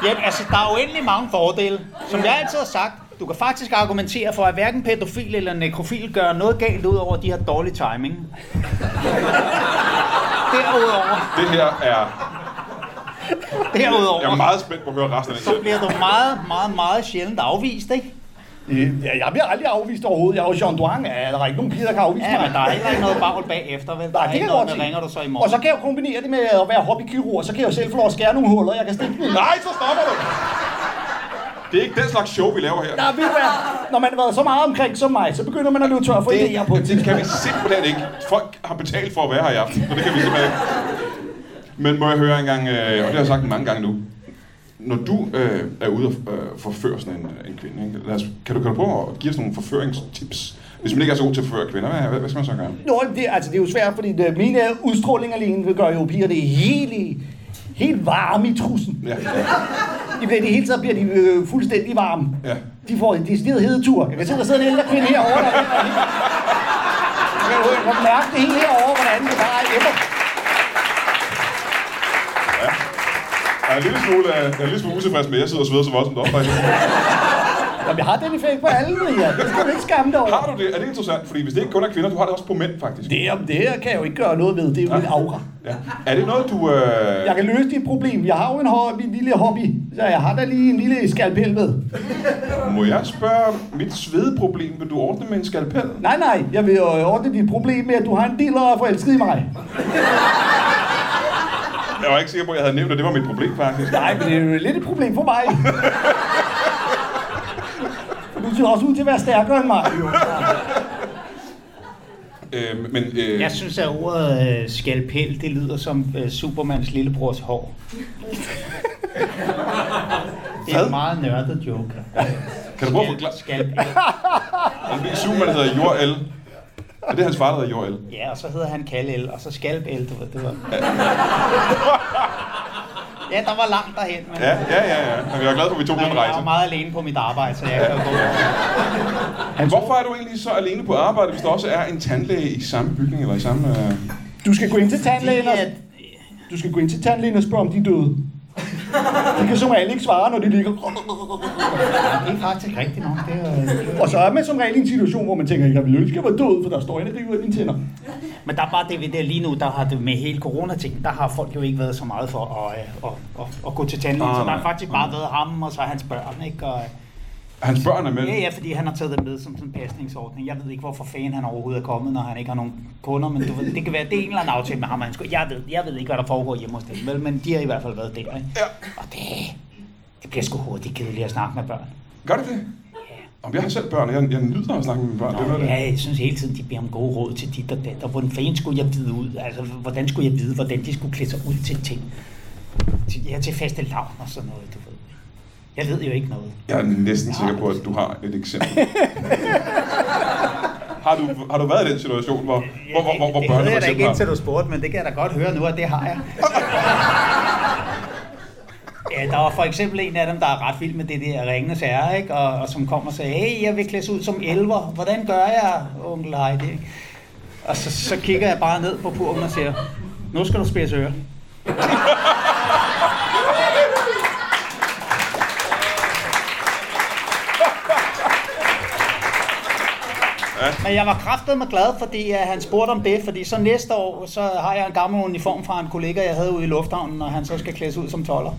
Speaker 2: Jamen, altså, der er uendelig mange fordele. Som jeg altid har sagt, du kan faktisk argumentere for, at hverken pædofil eller nekrofil gør noget galt, udover at de har dårlig timing. Derudover,
Speaker 1: det her er... Jeg er
Speaker 2: derudover,
Speaker 1: meget spændt på at høre resten af
Speaker 2: så
Speaker 1: det.
Speaker 2: bliver du meget, meget, meget sjældent afvist, ikke?
Speaker 3: Øh, Ja, jeg bliver aldrig afvist overhovedet. Jeg er jo Jean Duang. Ja, der er ikke nogen piger, der kan afvise
Speaker 2: Ja,
Speaker 3: mig.
Speaker 2: men der er heller ikke noget bagl bagefter, vel? Der
Speaker 3: Nej,
Speaker 2: er
Speaker 3: det
Speaker 2: ikke
Speaker 3: kan
Speaker 2: noget,
Speaker 3: jeg godt
Speaker 2: med,
Speaker 3: se.
Speaker 2: ringer du så i
Speaker 3: Og
Speaker 2: morgen.
Speaker 3: så kan jeg jo kombinere det med at være hobbykirurg, så kan jeg jo selv få lov at skære nogle huller, jeg kan stikke dem. i.
Speaker 1: Nej, så stopper du! Det er ikke den slags show, vi laver her.
Speaker 3: Der er ved at være, når man har været så meget omkring som mig, så begynder man at løbe tør for idéer på et
Speaker 1: det kan
Speaker 3: tidspunkt.
Speaker 1: vi simpelthen ikke. Folk har betalt for at være her i aften, så det kan vi simpelthen ikke. Men må jeg høre en gang, øh, og det har jeg sagt mange gange nu. Når du øh, er ude og øh, forføre sådan en, en kvinde, ikke? Lad os, kan, du, kan du prøve at give os nogle forføringstips? Hvis man ikke er så god til at forføre kvinder, hvad, hvad, hvad skal man så gøre?
Speaker 3: Nå, det, altså, det er jo svært, fordi det, mine udstråling alene vil gøre jo pigerne helt, i- helt varme i trussen.
Speaker 1: Ja.
Speaker 3: De bliver i det hele taget bliver de, øh, fuldstændig varme.
Speaker 1: Ja.
Speaker 3: De får en decideret hedetur. Jeg kan se, der sidder en ældre kvinde herovre. Der, jeg kan jo mærke det hele herovre, hvordan det bare æbber.
Speaker 1: Jeg er en lille smule, øh, jeg er en lille smule utilfreds med, at jeg sidder og sveder så voldsomt op. faktisk.
Speaker 3: Jamen, jeg har den effekt på alle, Maria. Det skal du ikke skamme dig over.
Speaker 1: Har du det? Er det interessant? Fordi hvis det ikke kun er kvinder, du har det også på mænd, faktisk.
Speaker 3: Det, om det her kan jeg jo ikke gøre noget ved. Det er jo min aura.
Speaker 1: Ja. Er det noget, du... Øh...
Speaker 3: Jeg kan løse dit problem. Jeg har jo en hobby, en lille hobby. Så jeg har da lige en lille skalpel med.
Speaker 1: Må jeg spørge, mit svedeproblem, vil du ordne med en skalpel?
Speaker 3: Nej, nej, jeg vil øh, ordne dit problem med, at du har en dealer og er forelsket i mig.
Speaker 1: Jeg var ikke sikker på, at jeg havde nævnt, at det var mit problem, faktisk.
Speaker 3: Nej, men det er jo lidt et problem for mig. For Du ser også ud til at være stærkere end mig. jo.
Speaker 1: Øh, men, øh,
Speaker 2: Jeg synes, at ordet øh, skalpel, det lyder som øh, Supermans lillebrors hår. Det er en meget nørdet joke.
Speaker 1: kan du prøve at forklare?
Speaker 2: Skalpel.
Speaker 1: Han blev super, der hedder Jor L. Er det hans far, der hedder Jor L?
Speaker 2: Ja, og så hedder han Kallel, og så Skalpel, du ved, det var... Ja, der var langt derhen, men...
Speaker 1: Ja, ja, ja. ja. Men Jeg er glad for, at vi tog den
Speaker 2: men jeg
Speaker 1: rejse.
Speaker 2: var meget alene på mit arbejde, så jeg kan jo gå...
Speaker 1: Hvorfor er du egentlig så alene på arbejde, hvis der også er en tandlæge i samme bygning eller i samme... Øh...
Speaker 3: Du skal gå ind til tandlægen og,
Speaker 2: Fordi at-
Speaker 3: du skal gå ind til tandlægen og spørge, om de er døde. De kan som regel ikke svare, når de ligger...
Speaker 2: Det er faktisk rigtigt nok. Det er,
Speaker 3: Og så er man som regel i en situation, hvor man tænker, jeg ville ønske, jeg var død, for der står en, der river i mine tænder.
Speaker 2: Men der er bare det ved det lige nu, der har det med hele coronatingen, der har folk jo ikke været så meget for at, øh, at, at, at gå til tandlægen.
Speaker 1: Ah,
Speaker 2: så der
Speaker 1: nej.
Speaker 2: har faktisk bare været ham og så hans børn, ikke? Og, øh,
Speaker 1: Hans børn er med.
Speaker 2: ja, ja, fordi han har taget det med som sådan en pasningsordning. Jeg ved ikke, hvorfor fanden han overhovedet er kommet, når han ikke har nogen kunder, men du ved, det kan være, det er en eller anden aftale med ham. og hans ko- Jeg ved, jeg ved ikke, hvad der foregår hjemme hos dem, vel, men de har i hvert fald været der, ikke? Ja. Og det, det bliver sgu hurtigt kedeligt at snakke med børn.
Speaker 1: Gør det det? Om jeg har selv børn, og jeg, jeg nyder at snakke med mine børn. det er noget af
Speaker 2: Ja,
Speaker 1: det.
Speaker 2: jeg synes hele tiden, de beder om gode råd til dit og dat, og hvordan fanden skulle jeg vide ud, altså hvordan skulle jeg vide, hvordan de skulle klæde sig ud til ting. Til, ja, til faste lavn og sådan noget, du ved. Jeg ved jo ikke noget.
Speaker 1: Jeg er næsten sikker på, at du har et eksempel. har, du, har du været i den situation, hvor, hvor, hvor, hvor, hvor
Speaker 2: det havde jeg
Speaker 1: børnene for
Speaker 2: da
Speaker 1: eksempel
Speaker 2: ikke
Speaker 1: har...
Speaker 2: indtil du spurgte, men det kan jeg da godt høre nu, at det har jeg. Ja, der var for eksempel en af dem, der er ret vild med det der ringenes herre, ikke? Og, og som kom og sagde, hey, jeg vil klædes ud som elver. Hvordan gør jeg, onkel Heidi? Ikke? Og så, så kigger jeg bare ned på purken og siger, nu skal du spidse ører. Men jeg var kraftet med glad, fordi at han spurgte om det, fordi så næste år, så har jeg en gammel uniform fra en kollega, jeg havde ude i lufthavnen, og han så skal klædes ud som toller.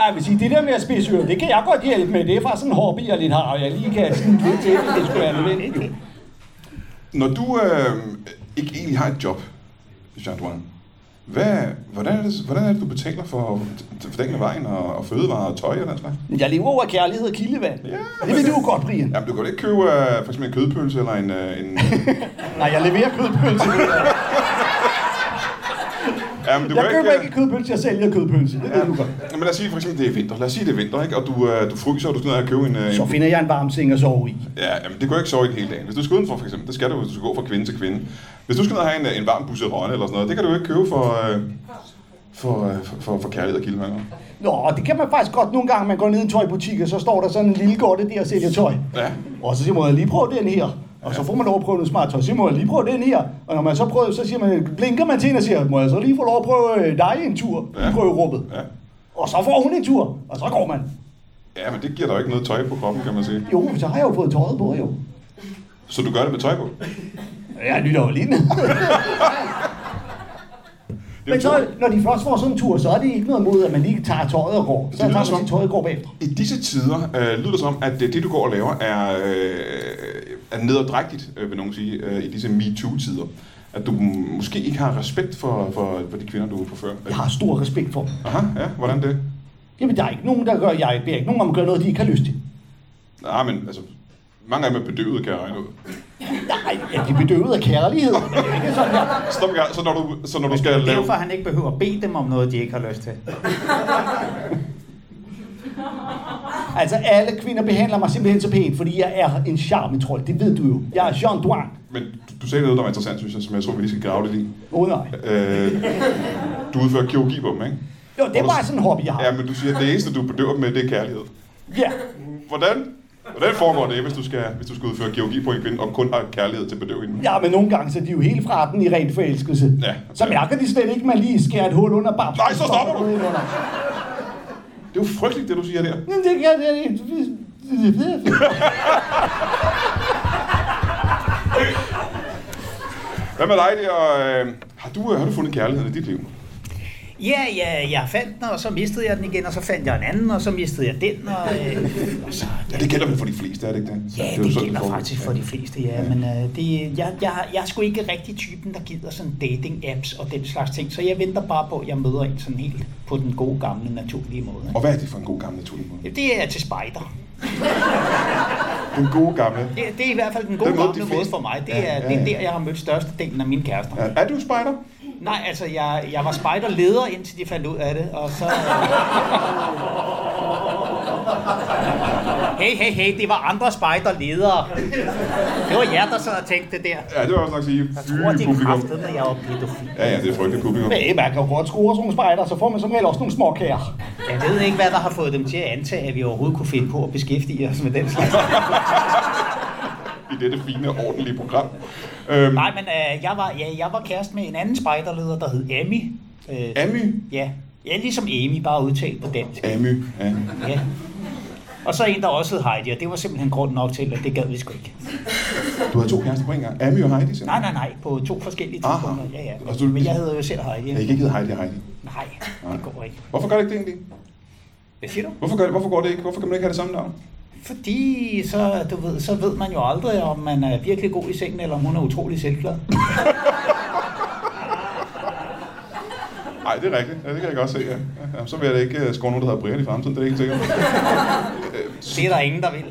Speaker 3: Ej, jeg vil sige, det der med at spise ører, det kan jeg godt hjælpe med. Det er faktisk sådan en hobby, jeg lidt har, og jeg lige kan sådan lidt til, hvis det skulle være nødvendigt. jo.
Speaker 1: Når du øh, ikke egentlig har et job, Jean-Douan, hvad, hvordan, er det, hvordan er det, du betaler for, for dagen af vejen og, og fødevarer og tøj og den slags?
Speaker 3: Men Jeg lever jo af kærlighed og kildevand.
Speaker 1: Ja,
Speaker 3: det ved du jo godt, Brian.
Speaker 1: Jamen, du kan da ikke købe øh, for eksempel en kødpølse eller en... Øh, en
Speaker 3: Nej, jeg leverer kødpølse.
Speaker 1: jamen, du
Speaker 3: Jeg
Speaker 1: kan
Speaker 3: køber
Speaker 1: øh,
Speaker 3: ikke kødpølse, jeg sælger kødpølse. Det ved du godt.
Speaker 1: Jamen, lad os sige for eksempel, det er vinter. Lad os sige, det er vinter, ikke? Og du, øh, du fryser, og du skal ned og købe en... Øh,
Speaker 3: Så
Speaker 1: en
Speaker 3: finder jeg en varm seng at sove i.
Speaker 1: ja, jamen, det går ikke sove i den hele dagen. Hvis du skal udenfor, for eksempel, det skal du, hvis du skal gå fra kvinde til kvinde. Hvis du skal ned og have en, øh, en varm busserone eller sådan noget, det kan du jo ikke købe for... Øh, for, øh, for, for, for kærlighed og kildemangler.
Speaker 3: Nå, og det kan man faktisk godt nogle gange. Man går ned i en tøjbutik, og så står der sådan en lille godte der og sælger tøj.
Speaker 1: Ja.
Speaker 3: Og så siger man, må jeg lige prøve den her. Og så får man lov at prøve noget smart tøj. Så siger man, må jeg lige prøve den her. Og når man så prøver, så siger man, blinker man til en og siger, må jeg så lige få lov at prøve øh, dig en tur
Speaker 1: Ja.
Speaker 3: i prøverummet.
Speaker 1: Ja.
Speaker 3: Og så får hun en tur, og så går man.
Speaker 1: Ja, men det giver dig jo ikke noget tøj på kroppen, kan man sige.
Speaker 3: Jo, så har jeg jo fået tøjet på, jo.
Speaker 1: Så du gør det med tøj på.
Speaker 3: Jeg lytter jo lige ned.
Speaker 1: Det er
Speaker 3: Men
Speaker 1: jo
Speaker 3: så,
Speaker 1: to-
Speaker 3: når de først får sådan en tur, så er det ikke noget mod, at man lige tager tøjet og går. Så tager man
Speaker 1: lyder som-
Speaker 3: sit tøj og går bagefter.
Speaker 1: I disse tider øh, lyder det som, at det, det, du går og laver, er, øh, er nederdrægtigt, øh, vil nogen sige, øh, i disse MeToo-tider. At du m- måske ikke har respekt for, for, for de kvinder, du forfører.
Speaker 3: Jeg har stor respekt for dem.
Speaker 1: Aha, ja, hvordan det?
Speaker 3: Jamen, der er ikke nogen, der gør, jeg beder ikke nogen om at gøre noget, de ikke har lyst til.
Speaker 1: Nej, men altså, mange af dem er bedøvet, kan jeg regne ud.
Speaker 3: Nej, ja, de er bedøvet af kærlighed. Men det er ikke sådan, jeg...
Speaker 1: Stop en gang, så når du, så når du skal
Speaker 2: Det er
Speaker 1: lave...
Speaker 2: jo for, at han ikke behøver at bede dem om noget, de ikke har lyst til.
Speaker 3: Altså, alle kvinder behandler mig simpelthen så pænt, fordi jeg er en charmetrol. Det ved du jo. Jeg er Jean Duan.
Speaker 1: Men du, du sagde noget, der var interessant, synes jeg, som jeg tror, vi lige skal grave lidt i.
Speaker 3: Åh, oh, nej.
Speaker 1: Øh, du udfører kirurgi på dem, ikke?
Speaker 3: Jo, det er bare sådan en hobby, jeg har.
Speaker 1: Ja, men du siger, at det eneste, du bedøver dem med, det er kærlighed.
Speaker 3: Ja.
Speaker 1: Hvordan, hvordan foregår det, hvis du, skal, hvis du skal udføre kirurgi på en kvinde, og kun har kærlighed til at bedøve hende?
Speaker 3: Ja, men nogle gange så er de jo helt fra den i ren forelskelse.
Speaker 1: Ja.
Speaker 3: Så mærker de slet ikke, at man lige skærer et hul under bare.
Speaker 1: Nej, så stopper du.
Speaker 3: Under.
Speaker 1: Det er jo frygteligt, det du siger der.
Speaker 3: Men det kan jeg ikke.
Speaker 1: Hvad med dig der? Øh, har, du, øh, har du fundet kærligheden i dit liv?
Speaker 2: Ja, ja, jeg fandt den, og så mistede jeg den igen, og så fandt jeg en anden, og så mistede jeg den, og, øh, og så...
Speaker 1: Ja, det gælder vel for de fleste, er det ikke det?
Speaker 2: Ja,
Speaker 1: er jo
Speaker 2: det
Speaker 1: sådan,
Speaker 2: gælder
Speaker 1: foregår.
Speaker 2: faktisk for de fleste, ja, men øh, det, jeg, jeg, jeg er sgu ikke rigtig typen, der gider sådan dating-apps og den slags ting, så jeg venter bare på, at jeg møder en sådan helt på den gode, gamle, naturlige måde.
Speaker 1: Og hvad er det for en god gammel naturlig måde?
Speaker 2: Det er til spejder.
Speaker 1: Den gode gamle.
Speaker 2: Det, det er i hvert fald den gode
Speaker 1: Den måde,
Speaker 2: gamle
Speaker 1: de
Speaker 2: måde
Speaker 1: fleste-
Speaker 2: for mig. Det
Speaker 1: Ja,
Speaker 2: er,
Speaker 1: ja,
Speaker 2: det
Speaker 1: ja.
Speaker 2: er der, jeg har mødt størstedelen af mine kærester.
Speaker 1: Er, er du spejder?
Speaker 2: Nej, altså, jeg, jeg var spejderleder, indtil de fandt ud af det, og så... Hey, hey, hey, det var andre spejderledere. Det var jer, der sad og tænkte det der.
Speaker 1: Ja, det vil jeg også nok sige.
Speaker 2: Jeg
Speaker 1: Fy
Speaker 2: tror, de
Speaker 1: publikum.
Speaker 2: kraftede, at jeg var pædofil.
Speaker 1: Ja, ja, det er frygteligt publikum.
Speaker 3: Nej, man kan jo godt score sådan nogle spejder, så får man som regel også nogle småkager.
Speaker 2: Jeg ved ikke, hvad der har fået dem til at antage, at vi overhovedet kunne finde på at beskæftige os med den slags.
Speaker 1: I dette fine, ordentlige program.
Speaker 2: Mm.
Speaker 1: Øhm,
Speaker 2: Nej, men øh, jeg, var, ja, jeg var kæreste med en anden spejderleder, der hed Amy. Øh,
Speaker 1: Amy,
Speaker 2: Ja, Ja, ligesom Amy, bare udtalt på dansk.
Speaker 1: Amy. Ja.
Speaker 2: Ja. Og så en, der også hed Heidi, og det var simpelthen grund nok til, at det gad vi sgu ikke.
Speaker 1: Du har to kærester på en gang. Amy og Heidi, siger du?
Speaker 2: Nej, nej, nej, på to forskellige
Speaker 1: Aha.
Speaker 2: tidspunkter. Ja, ja.
Speaker 1: Og så-
Speaker 2: Men jeg hedder jo selv Heidi.
Speaker 1: Ja,
Speaker 2: Altså,
Speaker 1: I
Speaker 2: ikke?
Speaker 1: kan ikke hedde Heidi og Heidi.
Speaker 2: Nej, det går ikke.
Speaker 1: Hvorfor gør det ikke det egentlig?
Speaker 2: Hvad siger du?
Speaker 1: Hvorfor, gør det, hvorfor går det ikke? Hvorfor kan man ikke have det samme navn?
Speaker 2: Fordi så, du ved, så ved man jo aldrig, om man er virkelig god i sengen, eller om hun er utrolig selvglad.
Speaker 1: Nej, det er rigtigt. Ja, det kan jeg godt se, ja. ja så vil jeg da ikke øh, score nogen, der hedder Brian i fremtiden. Det er jeg ikke sikkert.
Speaker 2: Det er der ingen, der vil.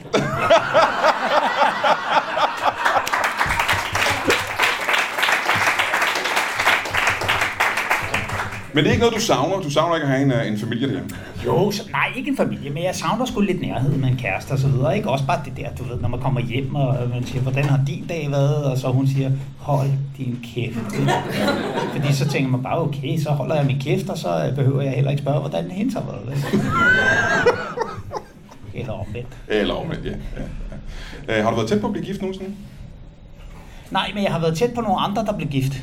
Speaker 1: Men det er ikke noget, du savner. Du savner ikke at have en, øh, en familie derhjemme.
Speaker 2: Jo, så, nej, ikke en familie, men jeg savner sgu lidt nærhed med en kæreste og så videre. Ikke også bare det der, du ved, når man kommer hjem, og øh, man siger, hvordan har din dag været? Og så hun siger, hold din kæft. Fordi så tænker man bare, okay, så holder jeg min kæft, og så øh, behøver jeg heller ikke spørge, hvordan hendes har været. vel? Eller omvendt.
Speaker 1: Eller omvendt, ja. ja, ja. Øh, har du været tæt på at blive gift nogensinde?
Speaker 2: Nej, men jeg har været tæt på nogle andre, der blev gift.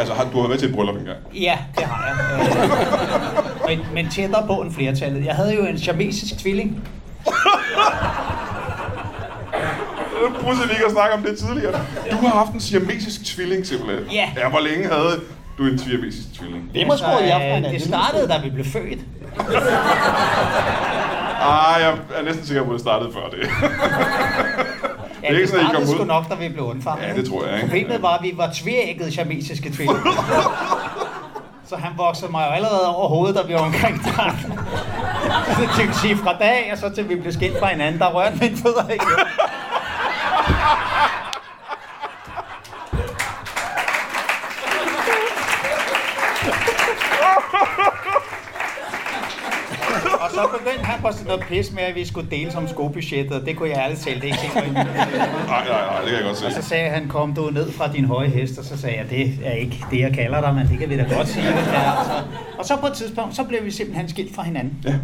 Speaker 1: Altså, har, du har været til et bryllup engang.
Speaker 2: Ja, det har jeg. Øh, men, men tættere på end flertallet. Jeg havde jo en chamesisk tvilling.
Speaker 1: Brudse Øh, lige at snakke om det tidligere. Du har haft en siamesisk tvilling, simpelthen.
Speaker 2: Ja.
Speaker 1: ja hvor længe havde du en siamesisk tvilling?
Speaker 3: Hvem har skåret i aften?
Speaker 2: øh, det startede, da vi blev født.
Speaker 1: Ah, jeg er næsten sikker på, at det startede før det.
Speaker 2: Ja,
Speaker 1: Det er
Speaker 2: det,
Speaker 1: ikke
Speaker 2: det
Speaker 1: sådan, at I kom
Speaker 2: startede sgu
Speaker 1: ud.
Speaker 2: nok, da vi blev undfanget.
Speaker 1: Ja, det tror jeg, ikke?
Speaker 2: Problemet var, at vi var tvægget chamesiske tvillinger. Så han voksede mig jo allerede over hovedet, da vi var omkring drengen. Så det vil sige fra dag, og så til vi blev skilt fra hinanden, der rørte mine fødder ikke. Og så begyndte han på sådan noget pis med, at vi skulle dele som skobudgettet, og det kunne jeg ærligt talt ikke se mig i.
Speaker 1: Nej, nej, nej, det kan jeg godt se.
Speaker 2: Så sagde han, kom du ned fra din høje hest, og så sagde jeg, det er ikke det, jeg kalder dig, men det kan vi da godt sige. hvad det er." Så- Og så på et tidspunkt, så blev vi simpelthen skilt fra hinanden.
Speaker 1: Ja.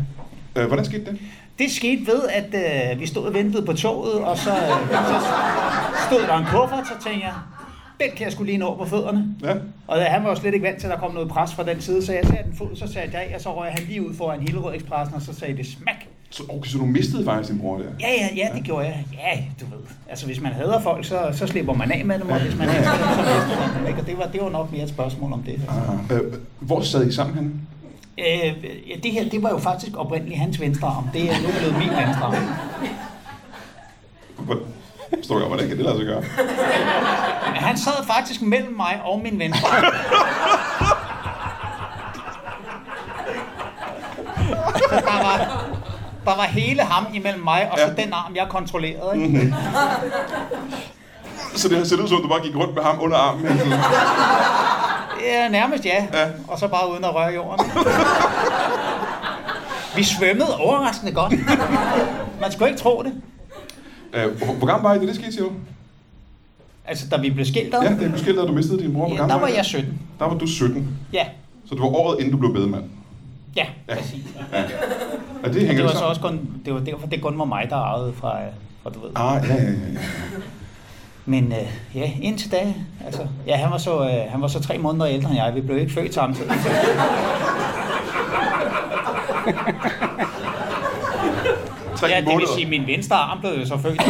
Speaker 1: Øh, hvordan skete det?
Speaker 2: Det skete ved, at øh, vi stod og ventede på toget, og så, øh, så stod der en kuffert, så tænkte jeg, den kan jeg skulle lige nå på fødderne.
Speaker 1: Ja.
Speaker 2: Og han var jo slet ikke vant til, at der kom noget pres fra den side, så jeg satte en fod, så sagde jeg, ja, og så røg han lige ud foran Hillerød Expressen, og så sagde det smak.
Speaker 1: Så, okay, så du mistede faktisk din bror der?
Speaker 2: Ja, ja, ja, det gjorde jeg. Ja, du ved. Altså, hvis man hader folk, så, så slipper man af med dem, og hvis man elsker dem, så mister man dem, ikke? Og det var, det var nok mere et spørgsmål om det.
Speaker 1: Ah, øh, hvor sad I sammen henne?
Speaker 2: Øh, ja, det her, det var jo faktisk oprindeligt hans venstre arm. Det er nu blevet min venstre arm.
Speaker 1: Hvor- Forstår du godt, hvordan kan det lade sig gøre?
Speaker 2: Men han sad faktisk mellem mig og min venstre arm. Så der var, der var hele ham imellem mig, og så
Speaker 1: Ja.
Speaker 2: den arm, jeg kontrollerede, ikke?
Speaker 1: Så det har set ud som, om du bare gik rundt med ham under armen. hele tiden.
Speaker 2: Ja, nærmest ja.
Speaker 1: Ja.
Speaker 2: ja. Og så bare uden at røre jorden. Vi svømmede overraskende godt. Man skulle ikke tro det.
Speaker 1: Øh, hvor- hvor gammel var I, da det skete, siger du?
Speaker 2: Altså, da vi blev skilt ad,
Speaker 1: Ja, det er beskilt, at du mistede din bror. Hvor
Speaker 2: ja,
Speaker 1: gammel
Speaker 2: der var
Speaker 1: I?
Speaker 2: jeg 17.
Speaker 1: Der var du 17.
Speaker 2: Ja,
Speaker 1: Så det var året, inden du blev bedemand.
Speaker 2: ja, præcis.
Speaker 1: Ja, det hænger
Speaker 2: Det var
Speaker 1: sammen.
Speaker 2: så også kun, det var derfor, det kun var mig, der arvede fra, øh, fra du ved.
Speaker 1: Ah, ja, ja, ja. ja.
Speaker 2: Men øh, ja, indtil da, altså, ja, han var, så, øh, han var så tre måneder ældre end jeg. Vi blev ikke født samtidig.
Speaker 1: Tre
Speaker 2: Ja, det vil
Speaker 1: måneder.
Speaker 2: sige, at min venstre arm blev jo så født.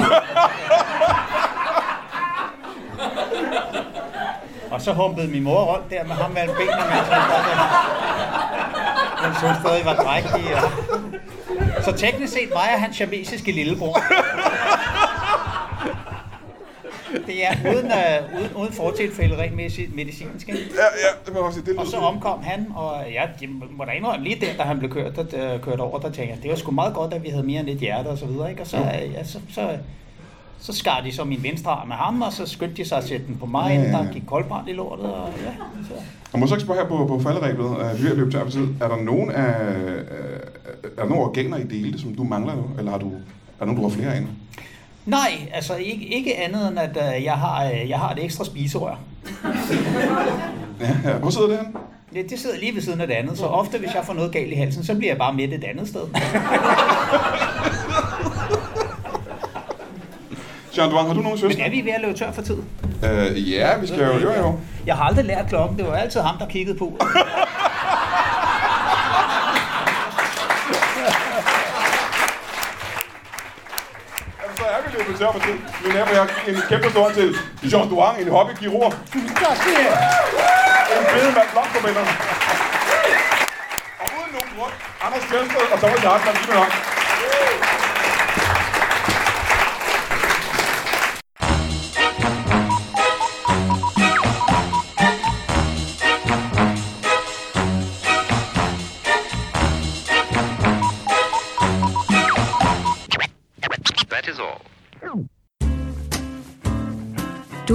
Speaker 2: og så humpede min mor rundt der med ham mellem benene, men jeg tror godt, at hun synes stadig var drægtig. Og... Så teknisk set var jeg hans jamesiske lillebror. Det er uden, øh, uden, uden fortilfælde rent medici- medicinsk. ikke?
Speaker 1: Ja, ja, det må jeg også sige. Det lyder...
Speaker 2: Og så omkom han, og jeg, jeg må da indrømme lige der, da han blev kørt, der, øh, kørt over, der tænkte jeg, det var sgu meget godt, at vi havde mere end et hjerte og så videre, ikke? Og så, øh, ja, så, så, så skar de så min venstre arm af ham, og så skyndte de sig at sætte den på mig,
Speaker 1: Ja,
Speaker 2: ja,
Speaker 1: ja, ja.
Speaker 2: der gik koldbrand i lortet, og ja, så.
Speaker 1: Og må så ikke spørge her på, på falderæbet, øh, vi er ved at løbe tør for tid. Er der nogen af, øh, er der nogen organer, I delte, som du mangler nu? Eller har du, er der nogen, du har flere af nu?
Speaker 2: Nej, altså ikke, ikke andet end, at øh, jeg, har, øh, jeg har et ekstra spiserør.
Speaker 1: Ja, ja. Hvor sidder det henne?
Speaker 2: Ja, det sidder lige ved siden af det andet, så ofte hvis jeg får noget galt i halsen, så bliver jeg bare med et andet sted.
Speaker 1: Jean Duang, har du nogen
Speaker 2: Men
Speaker 1: søster?
Speaker 2: er vi ved at løbe tør for tid?
Speaker 1: Øh, ja, vi skal jo, jo, jo.
Speaker 2: Jeg har aldrig lært klokken, det var altid ham, der kiggede på.
Speaker 1: militære parti. Min nabo jeg en kæmpe stor hånd til Jean Duang, en hobbykirurg.
Speaker 3: Tak skal I have.
Speaker 1: En fede mand blok på mænderne. Og uden nogen grund, Anders Tjelsted og Thomas Hartmann, lige med hånd.
Speaker 5: That is all.
Speaker 6: Du